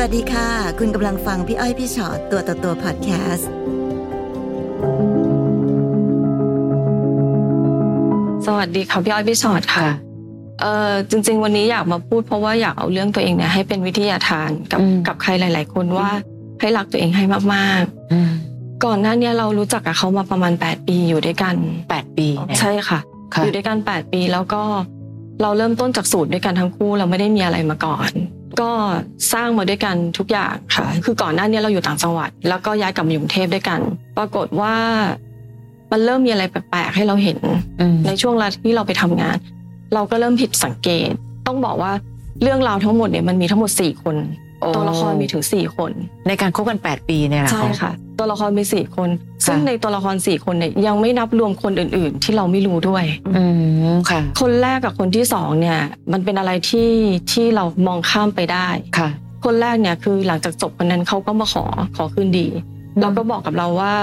วัสดีค่ะ คุณกำลังฟังพี่อ้อยพี่ชอตตัวต่อตัวพอดแคสต์ สวัสดีค่ะพี่อ้อยพี่ชอตค่ะ เอ่อจริง ๆ วันนี้อยากมาพูดเพราะว่าอยากเอาเรื่องตัวเองเนี่ยให้เป็นวิทยาทานกับ อืม กับใครหลาย ๆ คนว่าให้รักตัวเองให้มาก อืม ๆ ก่อนหน้าเนี้เรารู้จักกับเขามาประมาณ 8 ปีอยู่ด้วยกัน แปดปีนะ ใช่ค่ะ ค่ะ อยู่ด้วยกัน 8 ปีแล้วก็เราเริ่มต้นจากศูนย์ด้วยกันทั้งคู่เราไม่ได้มีอะไรมาก่อน ก็สร้างมาด้วยกันทุกอย่างค่ะ คือก่อนหน้านี้เราอยู่ต่างจังหวัด แล้วก็ย้ายกลับมาอยู่กรุงเทพด้วยกัน ปรากฏว่ามันเริ่มมีอะไรแปลกๆให้เราเห็น อืม ในช่วงเวลาที่เราไปทำงาน เราก็เริ่มผิดสังเกต ต้องบอกว่าเรื่องราวทั้งหมดเนี่ยมันมีทั้งหมด 4 คน โอ้ ตัวละครมีถึง 4 คน ในการคบกันแปดปีเนี่ยนะ ใช่ ของ ค่ะ ตัวละครมี 4 คน ซึ่ง ค่ะ ในตัวละคร 4 คนเนี่ยยังไม่นับรวมคนอื่น ๆ ที่เราไม่รู้ด้วย อืมค่ะ คนแรกกับคนที่สองเนี่ยมันเป็นอะไรที่ที่เรามองข้ามไปได้ ค่ะ คนแรกเนี่ยคือหลังจากจบคนนั้นเขาก็มาขอขอคืนดี เราก็บอกกับเราว่า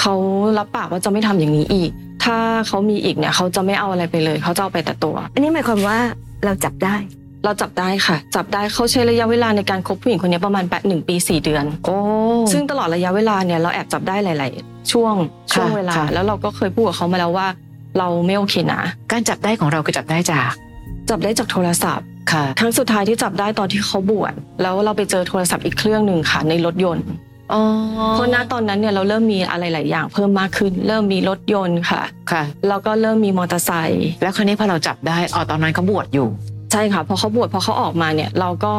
เขารับปากว่าจะไม่ทำอย่างนี้อีก ถ้าเขามีอีกเนี่ยเขาจะไม่เอาอะไรไปเลยเขาจะเอาไปแต่ตัว อันนี้หมายความว่าเราจับได้ เราจับได้ค่ะ จับได้เขาใช้ระยะเวลาในการคบผู้หญิงคนนี้ประมาณแปดหนึ่งปีสี่เดือน โอ้ ซึ่งตลอดระยะเวลาเนี่ยเราแอบจับได้หลาย ๆ ช่วง ค่ะ ช่วงเวลา ค่ะ แล้วเราก็เคยพูดกับเขามาแล้วว่า เราไม่โอเคนะ การจับได้ของเราคือจับได้จาก จับได้จากโทรศัพท์ ค่ะ ครั้งสุดท้ายที่จับได้ตอนที่เขาบวชแล้วเราไปเจอโทรศัพท์อีกเครื่องหนึ่งค่ะในรถยนต์ อ๋อ เพราะณตอนนั้นเนี่ยเราเริ่มมีอะไรหลายอย่างเพิ่มมากขึ้น เริ่มมีรถยนต์ค่ะ ค่ะ แล้วก็เริ่มมีมอเตอร์ไซค์ แล้วคราวนี้พอเราจับได้อ๋อตอนนั้นเขาบวชอยู่ ใช่ค่ะพอเขาบวชพอเขาออกมาเนี่ยเราก็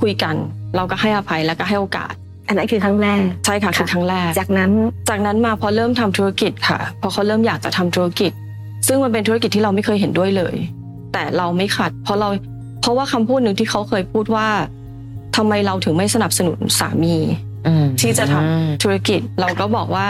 คุยกัน เราก็ให้อภัยแล้วก็ให้โอกาส อันนั้นคือครั้งแรก ใช่ค่ะคือ ค่ะ ครั้งแรก จากนั้น จากนั้นมาพอเริ่มทำธุรกิจค่ะ พอเขาเริ่มอยากจะทำธุรกิจ ซึ่งมันเป็นธุรกิจที่เราไม่เคยเห็นด้วยเลย แต่เราไม่ขัด เพราะเราเพราะว่าคำพูดหนึ่งที่เขาเคยพูดว่าทำไมเราถึงไม่สนับสนุนสามี อืม ที่จะทำ อืม ธุรกิจ เราก็บอกว่า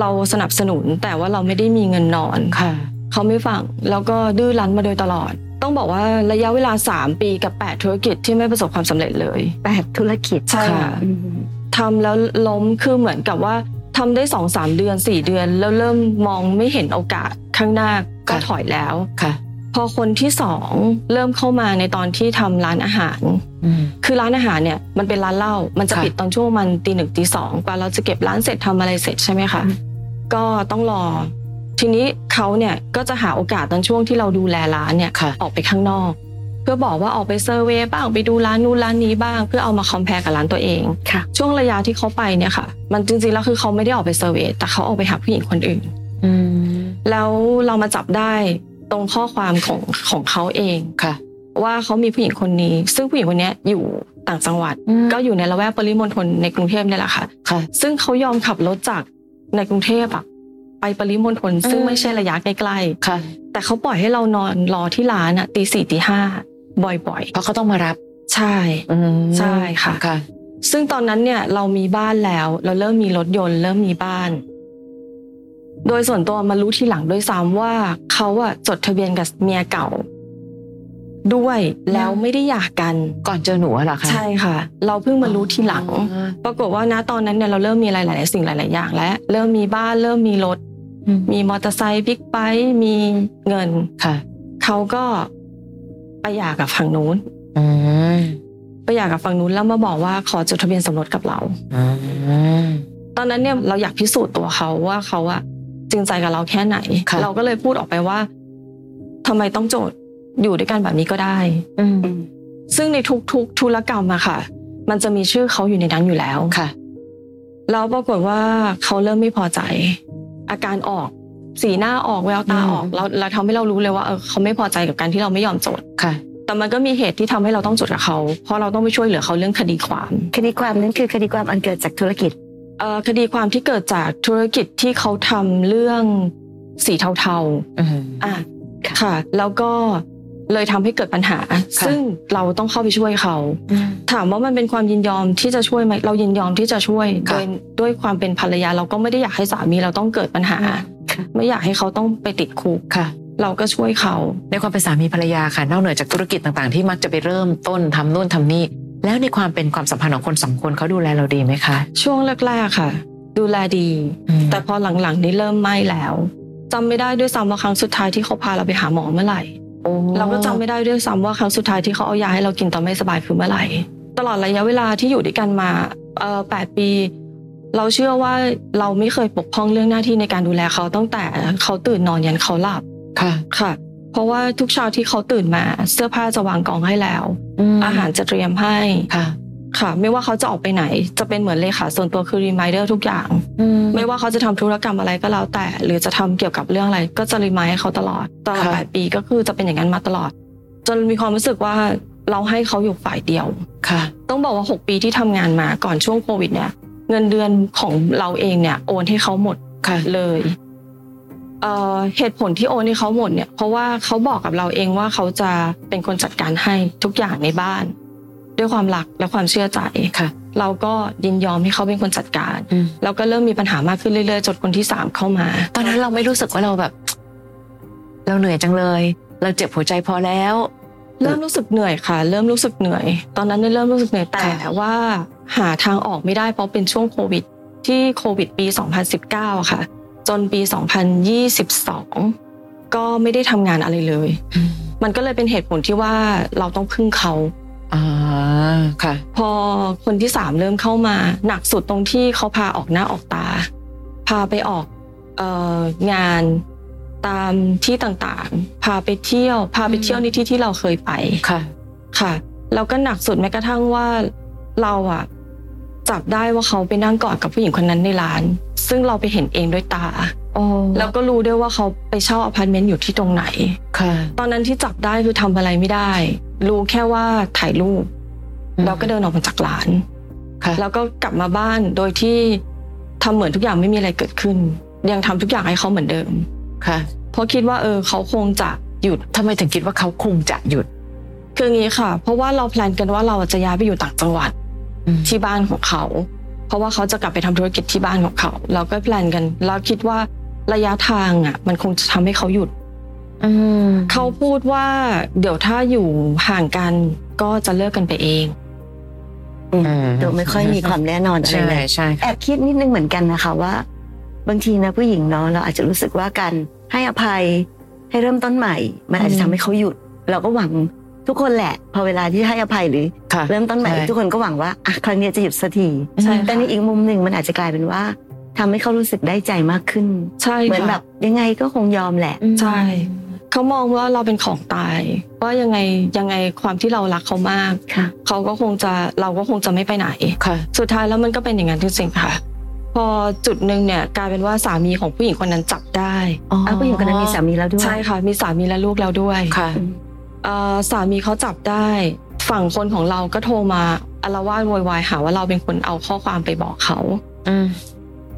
เราสนับสนุนแต่ว่าเราไม่ได้มีเงินนอน ค่ะ เขาไม่ฟังแล้วก็ดื้อรั้นมาโดยตลอด ต้องบอกว่าระยะเวลา 3 ปีกับ 8 ธุรกิจที่ไม่ประสบความสำเร็จเลย 8 ธุรกิจ ใช่ค่ะ อืม ทำแล้วล้มคือเหมือนกับว่าทำได้สองสามเดือนสี่เดือน แล้วเริ่มมองไม่เห็นโอกาสข้างหน้าก็ ค่ะ ถอยแล้ว ค่ะ พอคนที่สองเริ่มเข้ามาในตอนที่ทำร้านอาหาร อืม คือร้านอาหารเนี่ยมันเป็นร้านเหล้ามันจะ ค่ะ ปิดตอนช่วงประมันตีหนึ่งตีสองกว่าเราจะเก็บร้านเสร็จทำอะไรเสร็จใช่ไหมคะก็ต้องรอ ทีนี้เขาเนี่ยก็จะหาโอกาสตอนช่วงที่เราดูแลร้านเนี่ย ค่ะ ออกไปข้างนอก เพื่อบอกว่าออกไปเซอร์เวย์บ้างไปดูร้านนู้นร้านนี้บ้าง เพื่อเอามาคอมเพลกับร้านตัวเอง ค่ะ ช่วงระยะที่เขาไปเนี่ยค่ะ มันจริงๆแล้วคือเขาไม่ได้ออกไปเซอร์เวย์แต่เขาออกไปหาผู้หญิงคนอื่น อืม แล้วเรามาจับได้ตรงข้อความของของเขาเอง ค่ะ ว่าเขามีผู้หญิงคนนี้ ซึ่งผู้หญิงคนเนี้ยอยู่ต่างจังหวัด ก็อยู่ในละแวกปริมณฑลในกรุงเทพเนี่ยแหละค่ะ ค่ะ ซึ่งเขายอมขับรถจากในกรุงเทพอะไปปริมณฑลซึ่ง อืม ไม่ใช่ระยะใกล้ ค่ะ ๆแต่เขาปล่อยให้เรานอนรอที่ร้านอะตีสี่ตีห้าบ่อย เพราะเขาต้องมารับ ๆ ใช่ อืม ใช่ค่ะ ค่ะ ซึ่งตอนนั้นเนี่ยเรามีบ้านแล้ว เราเริ่มมีรถยนต์ เริ่มมีบ้าน โดยส่วนตัวมารู้ทีหลังด้วยซ้ำว่าเขาอะจดทะเบียนกับเมียเก่า ด้วยแล้วไม่ได้หย่ากัน ก่อนเจอหนูอะเหรอคะ ใช่ค่ะ เราเพิ่งมารู้ทีหลัง อ๋อ ปรากฏว่านะตอนนั้นเนี่ยเราเริ่มมีหลายๆสิ่งหลาย ๆ อย่างแล้วเริ่มมีบ้านเริ่มมีรถ อืม มีมอเตอร์ไซค์บิ๊กไบค์มีเงิน ค่ะ เขาก็ไปหย่ากับฝั่งนู้น อืม ไปหย่ากับฝั่งนู้นแล้วมาบอกว่าขอจดทะเบียนสมรสกับเรา อืม ตอนนั้นเนี่ยเราอยากพิสูจน์ตัวเขาว่าเขาอะจริงใจกับเราแค่ไหน ค่ะ เราก็เลยพูดออกไปว่าทำไมต้องโจทย์อยู่ด้วยกันแบบนี้ก็ได้ อืม ซึ่งในทุกๆธุรกรรมอะค่ะ มันจะมีชื่อเขาอยู่ในนั้นอยู่แล้ว ค่ะ แล้วปรากฏว่าเขาเริ่มไม่พอใจ อาการออกสีหน้าออกแววตาออก อืม เราเราทำให้เรารู้เลยว่าเออเขาไม่พอใจกับการที่เราไม่ยอมโจทย์ ค่ะ แต่มันก็มีเหตุที่ทำให้เราต้องโจทย์กับเขาเพราะเราต้องไปช่วยเหลือเขาเรื่องคดีความ คดีความนั้นคือคดีความอันเกิดจากธุรกิจ เอ่อคดีความที่เกิดจากธุรกิจที่เขาทำเรื่องสีเทา อืม ๆอ่ะค่ะ แล้วก็เลยทำให้เกิดปัญหา ค่ะ ซึ่งเราต้องเข้าไปช่วยเขา อืม ถามว่ามันเป็นความยินยอมที่จะช่วยไหมเรายินยอมที่จะช่วยโด ค่ะ ยด้วยความเป็นภรรยาเราก็ไม่ได้อยากให้สามีเราต้องเกิดปัญหา ค่ะ ไม่อยากให้เขาต้องไปติดคุก ค่ะ เราก็ช่วยเขา ในความเป็นสามีภรรยาค่ะนอกเหนือจากธุรกิจต่างๆ ที่มักจะไปเริ่มต้นทำนู่นทำนี่ แล้วในความเป็นความสัมพันธ์ของคนสองคนเขาดูแลเราดีไหมคะ ช่วงแรกๆค่ะ ดูแลดี แต่พอหลังๆนี่เริ่มไม่แล้วจำไม่ได้ด้วยซ้ำว่าครั้งสุดท้ายที่เขาพาเราไปหาหมอเมื่อไหร่ โอ้ เราก็จำไม่ได้ด้วยซ้ำว่าครั้งสุดท้ายที่เขาเอายาให้เรากินตอนไม่สบายคือเมื่อไหร่ ตลอดระยะเวลาที่อยู่ด้วยกันมาเอ่อแปดปี เราเชื่อว่าเราไม่เคยปกป้องเรื่องหน้าที่ในการดูแลเขาตั้งแต่เขาตื่นนอนยันเขาหลับ ค่ะ ค่ะ เพราะว่าทุกเช้าที่เขาตื่นมาเสื้อผ้าจะวางกองให้แล้ว ม อาหารจะเตรียมให้ ค่ะ ค่ะ ไม่ว่าเขาจะออกไปไหน จะเป็นเหมือนเลขาส่วนตัวคือรีมายเดอร์ทุกอย่าง อืม ไม่ว่าเขาจะทำธุรกรรมอะไรก็แล้วแต่ หรือจะทำเกี่ยวกับเรื่องอะไร ก็จะรีมายให้เขาตลอดตลอด ค่ะ แปดปีก็คือจะเป็นอย่างนั้นมาตลอด จนมีความรู้สึกว่าเราให้เขาอยู่ฝ่ายเดียว ค่ะ ต้องบอกว่า 6 ปีที่ทำงานมาก่อนช่วงโควิดเนี่ย เงินเดือนของเราเองเนี่ยโอนให้เขาหมด ค่ะ เลยเอ่อเหตุผลที่โอนให้เขาหมดเนี่ย เพราะว่าเขาบอกกับเราเองว่าเขาจะเป็นคนจัดการให้ทุกอย่างในบ้าน ด้วยความรักและความเชื่อใจ ค่ะ เราก็ยินยอมให้เขาเป็นคนจัดการ อืม แล้วก็เริ่มมีปัญหามากขึ้นเรื่อยๆจนคนที่สามเข้ามา ตอนนั้นเราไม่รู้สึกว่าเราแบบ เราเหนื่อยจังเลย เราเจ็บหัวใจพอแล้ว เริ่มรู้สึกเหนื่อยค่ะ เริ่มรู้สึกเหนื่อย ตอนนั้นเนี่ยเริ่มรู้สึกเหนื่อยแต่ ค่ะ ว่าหาทางออกไม่ได้เพราะเป็นช่วงโควิด ที่โควิดปี 2019อะค่ะ จนปี 2022 ก็ไม่ได้ทำงานอะไรเลย อืม มันก็เลยเป็นเหตุผลที่ว่าเราต้องพึ่งเขา อ่าค่ะ พอคนที่สามเริ่มเข้ามา หนักสุดตรงที่เขาพาออกหน้าออกตา พาไปออกเอองานตามที่ต่างๆ พาไปเที่ยว พาไปเที่ยวในที่ที่เราเคยไป ค่ะ ค่ะแล้วก็หนักสุดแม้กระทั่งว่าเราอะจับได้ว่าเขาไปนั่งกอดกับผู้หญิงคนนั้นในร้าน ซึ่งเราไปเห็นเองด้วยตา โอ้ แล้วก็รู้ด้วยว่าเขาไปเช่าอพาร์ตเมนต์อยู่ที่ตรงไหน ค่ะ ตอนนั้นที่จับได้คือทำอะไรไม่ได้ รู้แค่ว่าถ่ายรูปแล้วก็เดินออกมาจากร้าน ค่ะ แล้วก็กลับมาบ้านโดยที่ทำเหมือนทุกอย่างไม่มีอะไรเกิดขึ้น ยังทำทุกอย่างให้เขาเหมือนเดิม ค่ะ เพราะคิดว่าเออเขาคงจะหยุด ทำไมถึงคิดว่าเขาคงจะหยุด คืองี้ค่ะ เพราะว่าเราแพลนกันว่าเราจะย้ายไปอยู่ต่างจังหวัด อืม ที่บ้านของเขา เพราะว่าเขาจะกลับไปทำธุรกิจที่บ้านของเขา เราก็แพลนกัน แล้วคิดว่าระยะทางอ่ะ มันคงจะทำให้เขาหยุด อืม เขาพูดว่า เดี๋ยวถ้าอยู่ห่างกันก็จะเลิกกันไปเอง อืม อื ดูไม่ค่อยมีความแน่นอนอะไร ใช่ เลย ใช่ แอบคิดนิดนึงเหมือนกันนะคะว่า บางทีนะผู้หญิงเนาะเราอาจจะรู้สึกว่าการให้อภัยให้เริ่มต้นใหม่ มันอาจจะทำให้เขาหยุด เราก็หวังทุกคนแหละ พอเวลาที่ให้อภัยหรือ ค่ะ เริ่มต้นใหม่ ใช่ ทุกคนก็หวังว่าอ่ะครั้งเนี้ยจะหยุดสักที ใช่ แต่ในอีกมุมหนึ่งมันอาจจะกลายเป็นว่าทำให้เขารู้สึกได้ใจมากขึ้น ใช่ เหมือน ค่ะ แบบยังไงก็คงยอมแหละ ใช่ เขามองว่าเราเป็นของตาย ว่ายังไงยังไงความที่เรารักเขามาก ค่ะ เขาก็คงจะเราก็คงจะไม่ไปไหน ค่ะ สุดท้ายแล้วมันก็เป็นอย่างนั้นจริงๆค่ะ พอจุดหนึ่งเนี่ยกลายเป็นว่าสามีของผู้หญิงคนนั้นจับได้ อ๋อ อ้าวผู้หญิงคนนั้นมีสามีแล้วด้วย ใช่ค่ะ มีสามีและลูกแล้วด้วย ค่ะ อืม เอ่อสามีเขาจับได้ ฝั่งคนของเราก็โทรมาอารวาสโวยวายหาว่าเราเป็นคนเอาข้อความไปบอกเขา อืม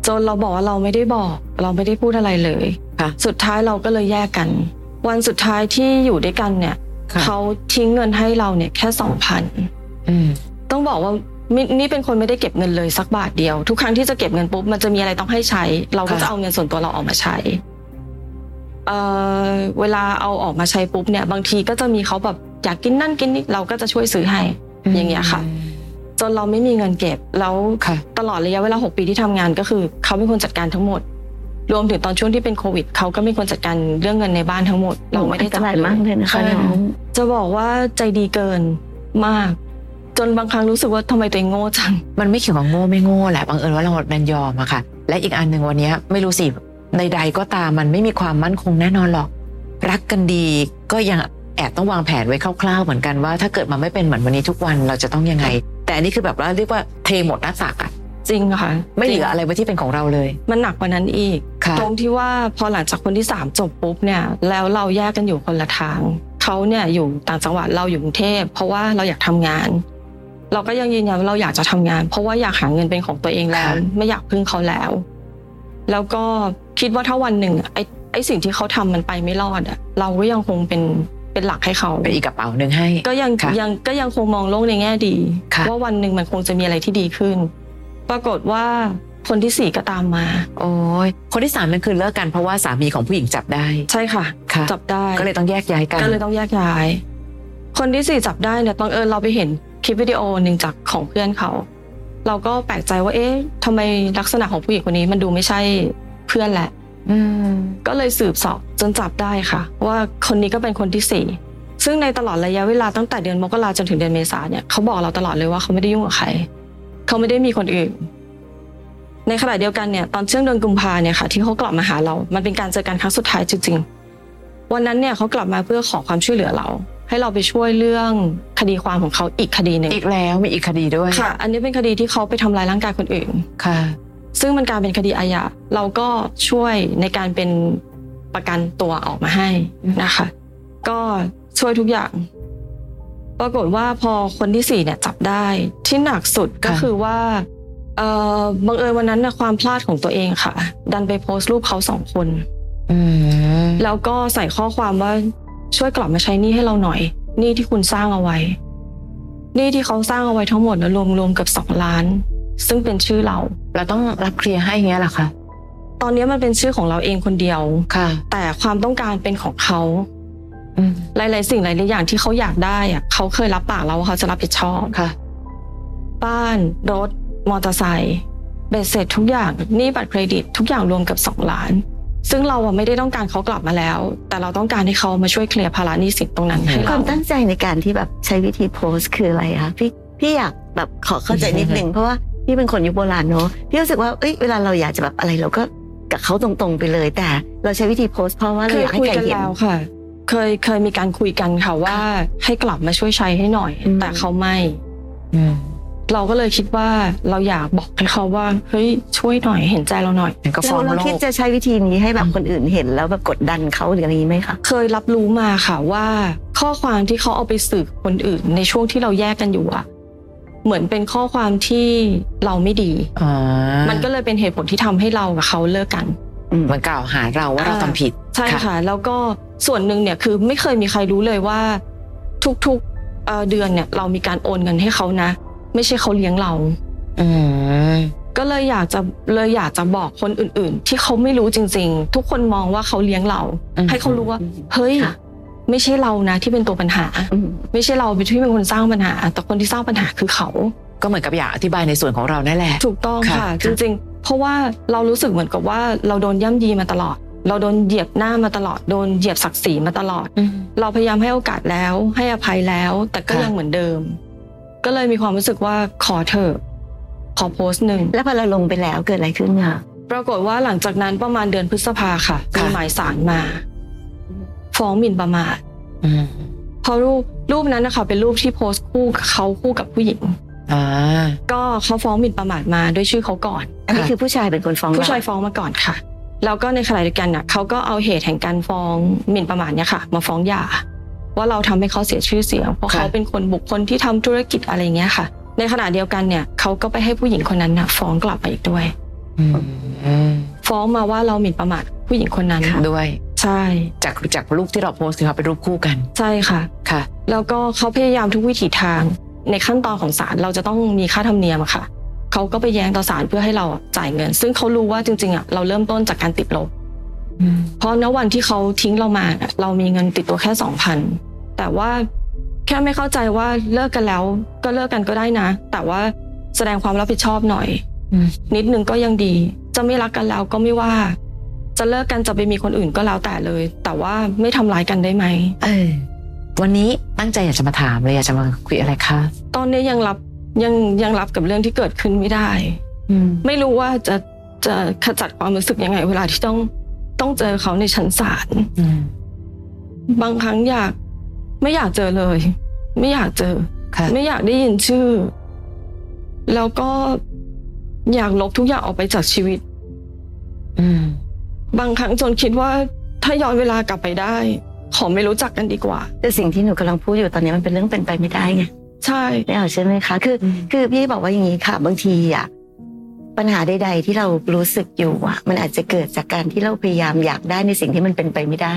จนเราบอกว่าเราไม่ได้บอก เราไม่ได้พูดอะไรเลย ค่ะ สุดท้ายเราก็เลยแยกกัน วันสุดท้ายที่อยู่ด้วยกันเนี่ย ค่ะ เขาทิ้งเงินให้เราเนี่ยแค่สองพัน อืม ต้องบอกว่ามินี่เป็นคนไม่ได้เก็บเงินเลยสักบาทเดียว ทุกครั้งที่จะเก็บเงินปุ๊บมันจะมีอะไรต้องให้ใช้ เราก็ ค่ะ จะเอาเงินส่วนตัวเราออกมาใช้เอ่อเวลาเอาออกมาใช้ปุ๊บเนี่ย บางทีก็จะมีเขาแบบอยากกินนั่นกินนี่เราก็จะช่วยซื้อให้ อย่างเงี้ยค่ะ จนเราไม่มีเงินเก็บแล้ว ค่ะ ตลอดระยะเวลา 6 ปีที่ทำงานก็คือ เขาเป็นคนจัดการทั้งหมด รวมถึงตอนช่วงที่เป็นโควิดเขาก็เป็นคนจัดการเรื่องเงินในบ้านทั้งหมด เราไม่ได้ อันต จัด รายมากเลยนะคะ ใช่ น้อง จะบอกว่าใจดีเกินมาก จนบางครั้งรู้สึกว่าทำไมตัวเองโง่จัง มันไม่เกี่ยวกับโง่ไม่โง่แหละบังเอิญว่าเราแมนยอมอะค่ะ และอีกอันหนึ่งวันเนี้ยไม่รู้สิใดๆก็ตามมันไม่มีความมั่นคงแน่นอนหรอก รักกันดีก็ยังแอบต้องวางแผนไว้คร่าวๆเหมือนกันว่า ถ้าเกิดมันไม่เป็นเหมือนวันนี้ทุกวันเราจะต้องยังไง แต่อันนี้คือแบบว่าเรียกว่าเทหมดหน้าตักอะ จริงค่ะ ไม่เหลือ จ อะไรไว้ที่เป็นของเราเลย ริงมันหนักกว่านั้นอีก ค่ะ ตรงที่ว่าพอหลังจากคนที่สามจบปุ๊บเนี่ยแล้วเราแยกกันอยู่คนละทางเขาเนี่ยอยู่ต่างจังหวัดเราอยู่กรุงเทพเพราะว่าเราอยากทำงาน เราก็ยังยืนยันว่าเราอยากจะทำงาน เพราะว่าอยากหาเงินเป็นของตัวเองแล้ว ค่ะ ไม่อยากพึ่งเขาแล้ว แล้วก็คิดว่าถ้าวันหนึ่งไอ้ไอ้สิ่งที่เขาทำมันไปไม่รอดอะเราก็ยังคงเป็นเป็นหลักให้เขา เป็นอีกกระเป๋าหนึ่งให้ ก็ยัง ค่ะ ยังก็ยังคงมองโลกในแง่ดี ค่ะ ว่าวันหนึ่งมันคงจะมีอะไรที่ดีขึ้น ปรากฏว่าคนที่สี่ก็ตามมา โอ้ยคนที่สามนั่นคือเลิกกันเพราะว่าสามีของผู้หญิงจับได้ ใช่ค่ะ ค่ะ จับได้ ก็เลยต้องแยกย้ายกัน ก็เลยต้องแยกย้าย คนที่สี่จับได้เนี่ยบังเอิญเราไปเห็นคลิปวิดีโอหนึ่งจากของเพื่อนเขา เราก็แปลกใจว่า เอ๊ะทำไมลักษณะของผู้หญิงคนนี้มันดูไม่ใช่เพื่อนแหละ อืม ก็เลยสืบเสอบจนจับได้ค่ะ ว่าคนนี้ก็เป็นคนที่สี่ ซึ่งในตลอดระยะเวลาตั้งแต่เดือนมกราจนถึงเดือนเมษาเนี่ยเขาบอกเราตลอดเลยว่าเขาไม่ได้ยุ่งกับใครเขาไม่ได้มีคนอื่น ในขณะเดียวกันเนี่ยตอนเชื่องเดือนกุมภาเนี่ยค่ะที่เขากลับมาหาเรา มันเป็นการเจอกันครั้งสุดท้ายจริงๆ วันนั้นเนี่ยเขากลับมาเพื่อขอความช่วยเหลือเรา ให้เราไปช่วยเรื่องคดีความของเขาอีกคดีหนึ่ง อีกแล้วมีอีกคดีด้วย ค่ะ อันนี้เป็นคดีที่เขาไปทำร้ายร่างกายคนอื่น ค่ะ ซึ่งมันกลายเป็นคดีอาญาเราก็ช่วยในการเป็นประกันตัวออกมาให้นะคะ ก็ช่วยทุกอย่าง ปรากฏว่าพอคนที่สี่เนี่ยจับได้ที่หนักสุดก็ ค่ะ คือว่าเออบังเอิญวันนั้นนะความพลาดของตัวเองค่ะ ดันไปโพสต์รูปเขาสองคน อืม แล้วก็ใส่ข้อความว่าช่วยกลับมาใช้หนี่ให้เราหน่อยหนี่ที่คุณสร้างเอาไว้หนี่ที่เขาสร้างเอาไว้ทั้งหมดนะรวมๆเกับสองล้าน ซึ่งเป็นชื่อเรา เราต้องรับเคลียร์ให้อย่างเงี้ยเหรอคะ ตอนนี้มันเป็นชื่อของเราเองคนเดียว ค่ะ แต่ความต้องการเป็นของเขา อืม หลาย ๆ สิ่งหลาย ๆ อย่างที่เขาอยากได้อะเขาเคยรับปากเราว่าเขาจะรับผิดชอบ ค่ะ บ้าน รถ มอเตอร์ไซค์เบ็ดเสร็จทุกอย่างหนี้บัตรเครดิตทุกอย่างรวมเกับสองล้าน ซึ่งเราอะไม่ได้ต้องการเขากลับมาแล้ว แต่เราต้องการให้เขามาช่วยเคลียร์ภาระหนี้สินตรงนั้นคให้เรา วามตั้งใจในการที่แบบใช้วิธีโพสต์คืออะไรคะพี่พี่อยากแบบขอเข้าใจนิดนึง เพราะว่าพี่เป็นคนยุคโบราณเนาะพี่รู้สึกว่าเอ้ยเวลาเราอยากจะแบบอะไรเราก็กับเขาตรงๆไปเลย แต่เราใช้วิธีโพสต์เพราะว่า เค เราอยยากให้ คุย ใคร กัน เห็น แล้วค่ะ เคยเคยมีการคุยกันค่ะว่าให้กลับมาช่วยใช้ให้หน่อย อืม แต่เขาไม่ อืม เราก็เลยคิดว่าเราอยากบอกให้เขาว่าเฮ้ยช่วยหน่อยเห็นใจเราหน่อย มันก็ฟ้ เรา อง เรา โล คิด ก จะใช้วิธีนี้ให้แบบคนอื่นเห็นแล้วแบบกดดันเขาหรืออะไรอย่างนี้ไหมคะ เคยรับรู้มาค่ะว่า ข้อความที่เขาเอาไปสื่อกับคนอื่น ในช่วงที่เราแยกกันอยู่อะเหมือนเป็นข้อความที่เราไม่ดี อ๋อ มันก็เลยเป็นเหตุผลที่ทำให้เรากับเขาเลิกกัน อืม เหมันกล่าวหาเราว่าเรา อ่า ทำผิด ใช่ค่ะ แล้วก็ส่วนหนึ่งเนี่ยคือไม่เคยมีใครรู้เลยว่าทุกๆเอ่อเดือนเนี่ย เรามีการโอนเงินให้เขานะ ไม่ใช่เขาเลี้ยงเรา อืม ก็เลยอยากจะเลยอยากจะบอกคนอื่น ๆ ที่เขาไม่รู้จริง ๆ ทุกคนมองว่าเขาเลี้ยงเรา อืม ให้เขารู้ว่า เฮ้ย ค่ะ ไม่ใช่เรานะ ที่เป็นตัวปัญหา อืม ไม่ใช่เราที่เป็นคนสร้างปัญหา แต่คนที่สร้างปัญหาคือเขา ก็เหมือนกับอยากอธิบายในส่วนของเรานั่นแหละ ถูกต้อง ค่ะ ค่ะ จริงๆ เพราะว่าเรารู้สึกเหมือนกับว่าเราโดนย่ำยีมาตลอด เราโดนเหยียบหน้ามาตลอด โดนเหยียบศักดิ์ศรีมาตลอด เราพยายามให้โอกาสแล้ว ให้อภัยแล้ว แต่ก็ ค่ะ ยังเหมือนเดิม ก็เลยมีความรู้สึกว่าขอเถอะขอโพสต์หนึ่ง แล้วพอเราลงไปแล้วเกิดอะไรขึ้นคะ ปรากฏว่าหลังจากนั้นประมาณเดือนพฤษภาค่ะมีหมายสารมา ฟ้องหมิ่นประมาท อืม เพราะรูปรูปนั้นนะคะเป็นรูปที่โพสต์คู่กับเขาคู่กับผู้หญิง อ่า ก็เขาฟ้องหมิ่นประมาทมาด้วยชื่อเขาก่อน อันนี้คือผู้ชายเป็นคนฟ้อง ผู้ชาย เร ฟ้องมาก่อนค่ะ แล้วก็ในขณะเดียวกันน่ะเขาก็เอาเหตุแห่งการฟ้องหมิ่นประมาทเนี่ยค่ะ มาฟ้องหย่าว่าเราทำให้เขาเสียชื่อเสียงเพราะ ค่ะ เขาเป็นคนบุคคลที่ทำธุรกิจอะไรเงี้ยค่ะ ในขณะเดียวกันเนี่ยเขาก็ไปให้ผู้หญิงคนนั้นน่ะฟ้องกลับไปอีกด้วย อืม ฟ้องมาว่าเราหมิ่นประมาทผู้หญิงคนนั้น ด้วย ใช่ จากจากรูปที่เราโพสต์ที่เขาเป็นรูปคู่กัน ใช่ค่ะ ค่ะ แล้วก็เขาพยายามทุกวิถีทาง ในขั้นตอนของศาลเราจะต้องมีค่าธรรมเนียมอะค่ะเขาก็ไปแย้งต่อศาลเพื่อให้เราอะจ่ายเงิน ซึ่งเขารู้ว่าจริงๆอะเราเริ่มต้นจากการติดลบ อืม เพราะณวันที่เขาทิ้งเรามาน่ะเรามีเงินติดตัวแค่สองพันแต่ว่าแค่ไม่เข้าใจว่าเลิกกันแล้วก็เลิกกันก็ได้นะ แต่ว่าแสดงความรับผิดชอบหน่อย อืม นิดนึงก็ยังดี จะไม่รักกันแล้วก็ไม่ว่า จะเลิกกันจะไปมีคนอื่นก็แล้วแต่เลย แต่ว่าไม่ทำร้ายกันได้ไหม เออวันนี้ตั้งใจอยากจะมาถามเลยอยากจะมาคุยอะไรคะ ตอนนี้ยังรับยังยังรับกับเรื่องที่เกิดขึ้นไม่ได้ อืม ไม่รู้ว่าจะจะขจัดความรู้สึกยังไง เวลาที่ต้องต้องเจอเขาในชั้นศาล อืม บางครั้งอยากไม่อยากเจอเลย ไม่อยากเจอ ค่ะ ไม่อยากได้ยินชื่อ แล้วก็อยากลบทุกอย่างออกไปจากชีวิต อืม บางครั้งจนคิดว่าถ้าย้อนเวลากลับไปได้ ขอไม่รู้จักกันดีกว่า แต่สิ่งที่หนูกำลังพูดอยู่ตอนนี้มันเป็นเรื่องเป็นไปไม่ได้ไง ใช่ ไม่เอาใช่ไหมคะ คือ อืม คือพี่บอกว่าอย่างนี้ค่ะ บางทีอะปัญหาใด ๆ ที่เรารู้สึกอยู่อะมันอาจจะเกิดจากการที่เราพยายามอยากได้ในสิ่งที่มันเป็นไปไม่ได้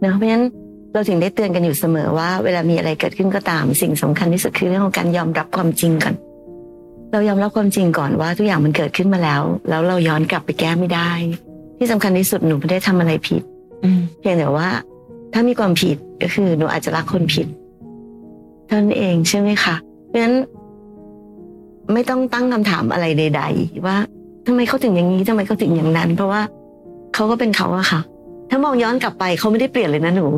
เนอะเพราะฉะนั้นเราถึงได้เตือนกันอยู่เสมอว่า เวลามีอะไรเกิดขึ้นก็ตาม สิ่งสำคัญที่สุดคือเรื่องของการยอมรับความจริงก่อน เรายอมรับความจริงก่อนว่าทุกอย่างมันเกิดขึ้นมาแล้ว แล้วเราย้อนกลับไปแก้ไม่ได้ ที่สำคัญที่สุดหนูไม่ได้ทำอะไรผิด อืม เพียงแต่ว่า ถ้ามีความผิดก็คือหนูอาจจะรักคนผิดเท่านั้นเองใช่ไหมคะเพราะฉะนั้น ไม่ต้องตั้งคำถามอะไรใด ๆ ว่าทำไมเขาถึงอย่างนี้ทำไมเขาถึงอย่างนั้น เพราะว่าเขาก็เป็นเขาอะค่ะ ถ้ามองย้อนกลับไปเขาไม่ได้เปลี่ยนเลยนะหนู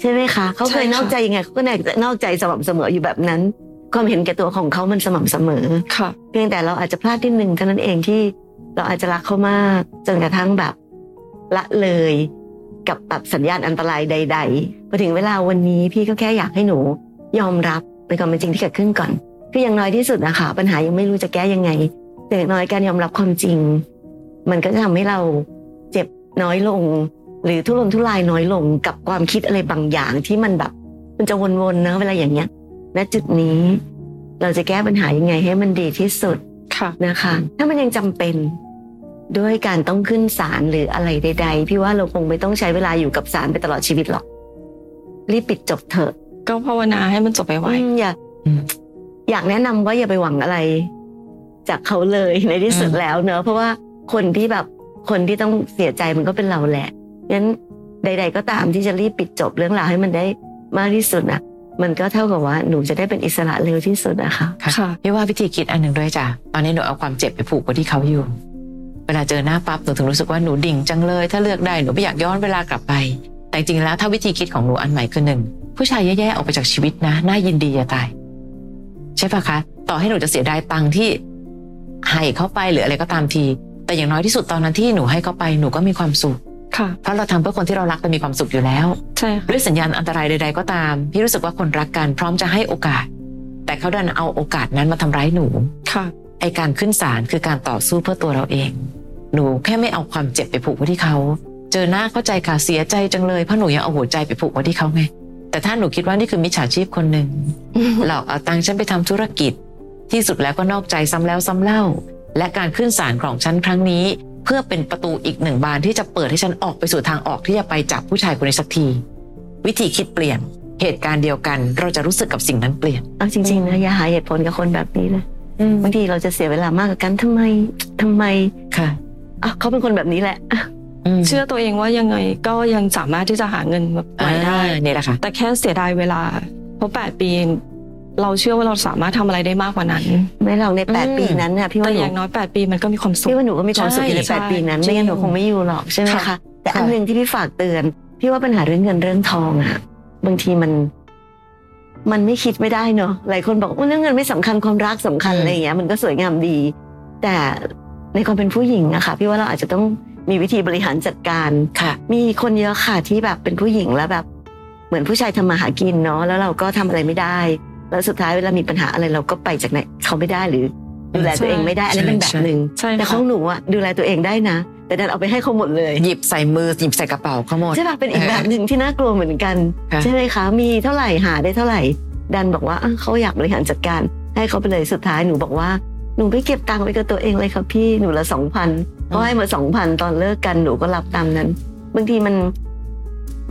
ใช่ไหมคะเขาเคย ใช่ค่ะ นอกใจยังไงเขาก็น่าจะนอกใจสม่ำเสมออยู่แบบนั้น ความเห็นแก่ตัวของเขามันสม่ำเสมอ ค่ะ เพียงแต่เราอาจจะพลาดนิดนึงเท่านั้นเองที่เราอาจจะรักเขามากจนกระทั่งแบบละเลย กับแบบสัญญาณอันตรายใดๆพอถึงเวลาวันนี้พี่ก็แค่อยากให้หนู ยอมรับในความเป็นจริงที่เกิดขึ้นก่อนคืออย่างน้อยที่สุดนะคะปัญหายังไม่รู้จะแก้ยังไง แต่อย่างน้อยการยอมรับความจริง มันก็จะทำให้เราเจ็บน้อยลง หรือทุรนทุรายน้อยลงกับความคิดอะไรบางอย่างที่มันแบบ มันจะวนๆนะเวลาอย่างเงี้ยณจุดนี้ เราจะแก้ปัญหายังไงให้มันดีที่สุด ค่ะ นะคะถ้ามันยังจำเป็นด้วยการต้องขึ้นศาลหรืออะไรใด ๆ พี่ว่าเราคงไม่ต้องใช้เวลาอยู่กับศาลไปตลอดชีวิตหรอก รีบปิดจบเถอะ ก็ภาวนาให้มันจบไปไว อืมอย่า อืม อยากแนะนำว่าอย่าไปหวังอะไร จากเขาเลยในที่สุด อืม แล้วเนอะเพราะว่าคนที่แบบคนที่ต้องเสียใจมันก็เป็นเราแหละงั้นใด ๆ ก็ตามที่จะรีบปิดจบเรื่องราวให้มันได้มากที่สุดอ่ะ มันก็เท่ากับว่าหนูจะได้เป็นอิสระเร็วที่สุดนะคะ ค่ะ ค่ะ พี่ว่าวิธีคิดอันหนึ่งด้วยจ้ะ ตอนนี้หนูเอาความเจ็บไปผูกไว้ที่เขาอยู่ เวลาเจอหน้าปั๊บหนูถึงรู้สึกว่าหนูดิ่งจังเลย ถ้าเลือกได้หนูไม่อยากย้อนเวลากลับไป แต่จริงๆแล้วถ้าวิธีคิดของหนูอันใหม่คือหนึ่งผู้ชายแย่ๆออกไปจากชีวิตนะ น่ายินดีจะตาย ใช่ปะคะ ต่อให้หนูจะเสียดายตังค์ที่ให้เขาไปหรืออะไรก็ตามที แต่อย่างน้อยที่สุดตอนนั้นที่หนูให้เขาไปหนูก็มีความสุข ค่ะ เพราะเราทำเพื่อคนที่เรารักแต่มีความสุขอยู่แล้ว ใช่ค่ะ ด้วยสัญญาณอันตรายใด ๆ ก็ตาม พี่รู้สึกว่าคนรักกันพร้อมจะให้โอกาส แต่เขาดันเอาโอกาสนั้นมาทำร้ายหนู ค่ะ ไอการขึ้นศาลคือการต่อสู้เพื่อตัวเราเอง หนูแค่ไม่เอาความเจ็บไปผูกไว้ที่เขา เจอหน้าเข้าใจค่ะเสียใจจังเลยเพราะหนูยังเอาหัวใจไปผูกไว้ที่เขาไง แต่ถ้าหนูคิดว่านี่คือมิจฉาชีพคนหนึ่ ง หลอกเอาตังค์ฉันไปทำธุรกิจ ที่สุดแล้วก็นอกใจซ้ำแล้วซ้ำเล่า และการขึ้นศาลของฉันครั้งนี้ เพื่อเป็นประตูอีกหนึ่งบานที่จะเปิดให้ฉันออกไปสู่ทางออกที่จะไปจากผู้ชายคนนี้สักที วิธีคิดเปลี่ยน เหตุการณ์เดียวกัน เราจะรู้สึกกับสิ่งนั้นเปลี่ยน เอาจริงๆนะอย่าหาเหตุผลกับคนแบบนี้เลย บางทีเราจะเสียเวลามากกับกันทำไมทำไม ค่ะ อ่ะเขาเป็นคนแบบนี้แหละ ม เชื่อตัวเองว่ายังไงก็ยังสามารถที่จะหาเงินมาปล่อยได้ อ่านี่แหละค่ะ แต่แค่เสียดายเวลา เพราะ 8 ปี เราเชื่อว่าเราสามารถทำอะไรได้มากกว่านั้น ไม่หรอกในแปด อืม ปีนั้นน่ะพี่ แต่ ว่าห อ นู ย่างน้อย 8 ปีมันก็มีความสุข พี่ว่าหนูก็มีความสุขอยู่ใน ใช่ แปดปีนั้น ใช่ ไม่งั้นหนูคงไม่อยู่หรอกใช่ไหม ค่ะ คะแต่อัน ค่ะ หนึ่งที่พี่ฝากเตือน พี่ว่าปัญหาเรื่องเงินเรื่องทองอ่ะบางทีมัน มันไม่คิดไม่ได้เนอะหลายคนบอกว่าเรื่องเงินไม่สำคัญความรักสำคัญอะไรอย่างเงี้ยมันก็สวยงามดี แต่ในความเป็นผู้หญิงอะค่ะพี่ว่าเราอาจจะต้องมีวิธีบริหารจัดการ ค่ะ มีคนเยอะค่ะที่แบบเป็นผู้หญิงแล้วแบบ เหมือนผู้ชายทำมาหากินเนาะแล้วเราก็ทำอะไรไม่ได้ แล้วสุดท้ายเวลามีปัญหาอะไรเราก็ไปจากไหนเขาไม่ได้หรือ ดูแลตัวเองไม่ได้อันนั้นเป็นแบบหนึ่ง ใช่ แต่ข ค่ะ องหนูอะดูแลตัวเองได้นะ แต่ดันเอาไปให้เขาหมดเลย หยิบใส่มือหยิบใส่กระเป๋าเขาหมด ใช่ป่ะเป็นอีกแบบหนึ่งที่น่ากลัวเหมือนกัน ค่ะ ใช่ไหมคะมีเท่าไหร่หาได้เท่าไหร่ ดันบอกว่าอ่ะเขาอยากบริหารจัดการ ให้เขาไปเลยสุดท้ายหนูบอกว่าหนูไปเก็บตังค์ไว้กับตัวเองเลยครับพี่หนูละสองพันเขาให้มาสองพันตอนเลิกกันหนูก็รับตามนั้น บางทีมัน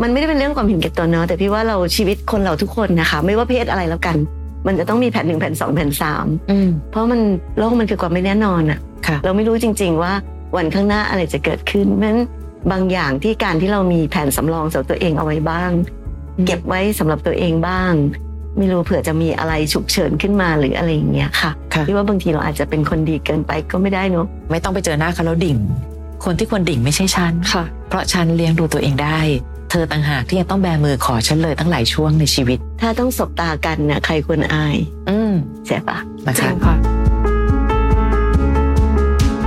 มันไม่ได้เป็นเรื่องความเห็นแก่ตัวเนาะแต่พี่ว่าเราชีวิตคนเราทุกคนนะคะ ไม่ว่าเพศอะไรแล้วกัน มันจะต้องมีแผ่นหนึ่งแผ่นสองแผ่นสาม อืม เพราะมันโลกมันคือความไม่แน่นอนอะ ค่ะ เราไม่รู้จริง ๆ ว่าวันข้างหน้าอะไรจะเกิดขึ้นเพราะฉะนั้นบางอย่างที่การที่เรามีแผนสำรองสำหรับตัวเองเอาไว้บ้าง อืม เก็บไว้สำหรับตัวเองบ้าง ไม่รู้เผื่อจะมีอะไรฉุกเฉินขึ้นมาหรืออะไรอย่างเงี้ยค่ะ ค่ะ ที่ว่าบางทีเราอาจจะเป็นคนดีเกินไปก็ไม่ได้เนอะ ไม่ต้องไปเจอหน้าเขาแล้วดิ่ง คนที่ควรดิ่งไม่ใช่ฉัน ค่ะ เพราะฉันเลี้ยงดูตัวเองได้ เธอต่างหากที่ยังต้องแบมือขอฉันเลยตั้งหลายช่วงในชีวิต ถ้าต้องสบตากันนะใครควรอาย อืม ใช่ปะ นะ จริ คะ งค่ะ